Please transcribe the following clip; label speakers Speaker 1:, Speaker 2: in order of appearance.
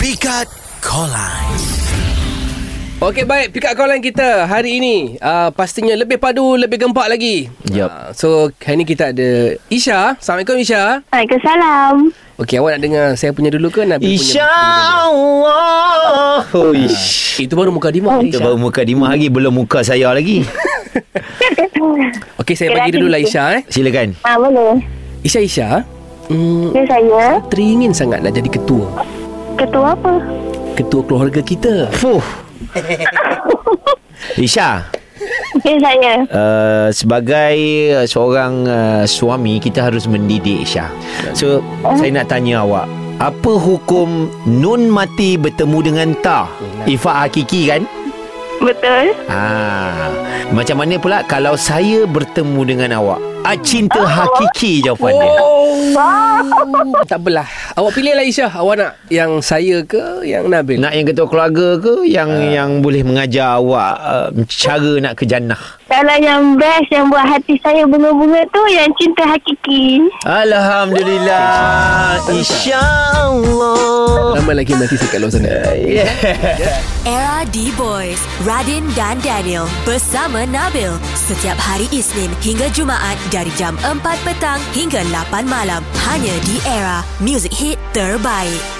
Speaker 1: Pikat Kolan.
Speaker 2: Okey baik, pick up call line kita hari ini uh, pastinya lebih padu, lebih gempak lagi.
Speaker 3: Yup.
Speaker 2: Uh, so hari ini kita ada Isha. Assalamualaikum Isha.
Speaker 4: Waalaikumsalam.
Speaker 2: Okey, awak nak dengar saya punya dulu ke Nabi punya?
Speaker 3: Allah. Oh, ish.
Speaker 2: Itu baru muka dima
Speaker 3: Kita baru muka lima hari belum muka saya lagi.
Speaker 2: Okey, saya bagi
Speaker 4: Kira-kira
Speaker 2: dulu lah
Speaker 4: itu.
Speaker 2: Isha eh.
Speaker 3: Silakan.
Speaker 4: Ah, boleh.
Speaker 2: Isha Isha, hmm,
Speaker 4: Ya, saya.
Speaker 2: teringin sangat nak jadi ketua.
Speaker 4: Ketua apa?
Speaker 2: Ketua keluarga kita.
Speaker 3: Fuh. Isha,
Speaker 4: Ya, saya.
Speaker 3: uh, sebagai uh, seorang uh, suami kita harus mendidik Isha. So, saya nak tanya awak, apa hukum nun mati bertemu dengan ta? Ifah hakiki kan?
Speaker 4: Betul.
Speaker 3: Ah, macam mana pula kalau saya bertemu dengan awak? Ah, cinta hakiki jawapan dia.
Speaker 2: Oh. tak apalah. Awak pilih lah Isha. Awak nak yang saya ke yang Nabil?
Speaker 3: Nak yang ketua keluarga ke yang uh. yang boleh mengajar awak uh, cara nak ke jannah?
Speaker 4: Kalau yang best yang buat hati saya bunga-bunga tu yang cinta hakiki.
Speaker 3: Alhamdulillah. Insya-Allah.
Speaker 2: Lama lagi mati saya kat luar sana.
Speaker 3: Yeah.
Speaker 5: Era D-Boys Radin dan Daniel Bersama Nabil Setiap hari Isnin hingga Jumaat Dari jam 4 petang hingga 8 malam Hanya di Era Music Hit Terbaik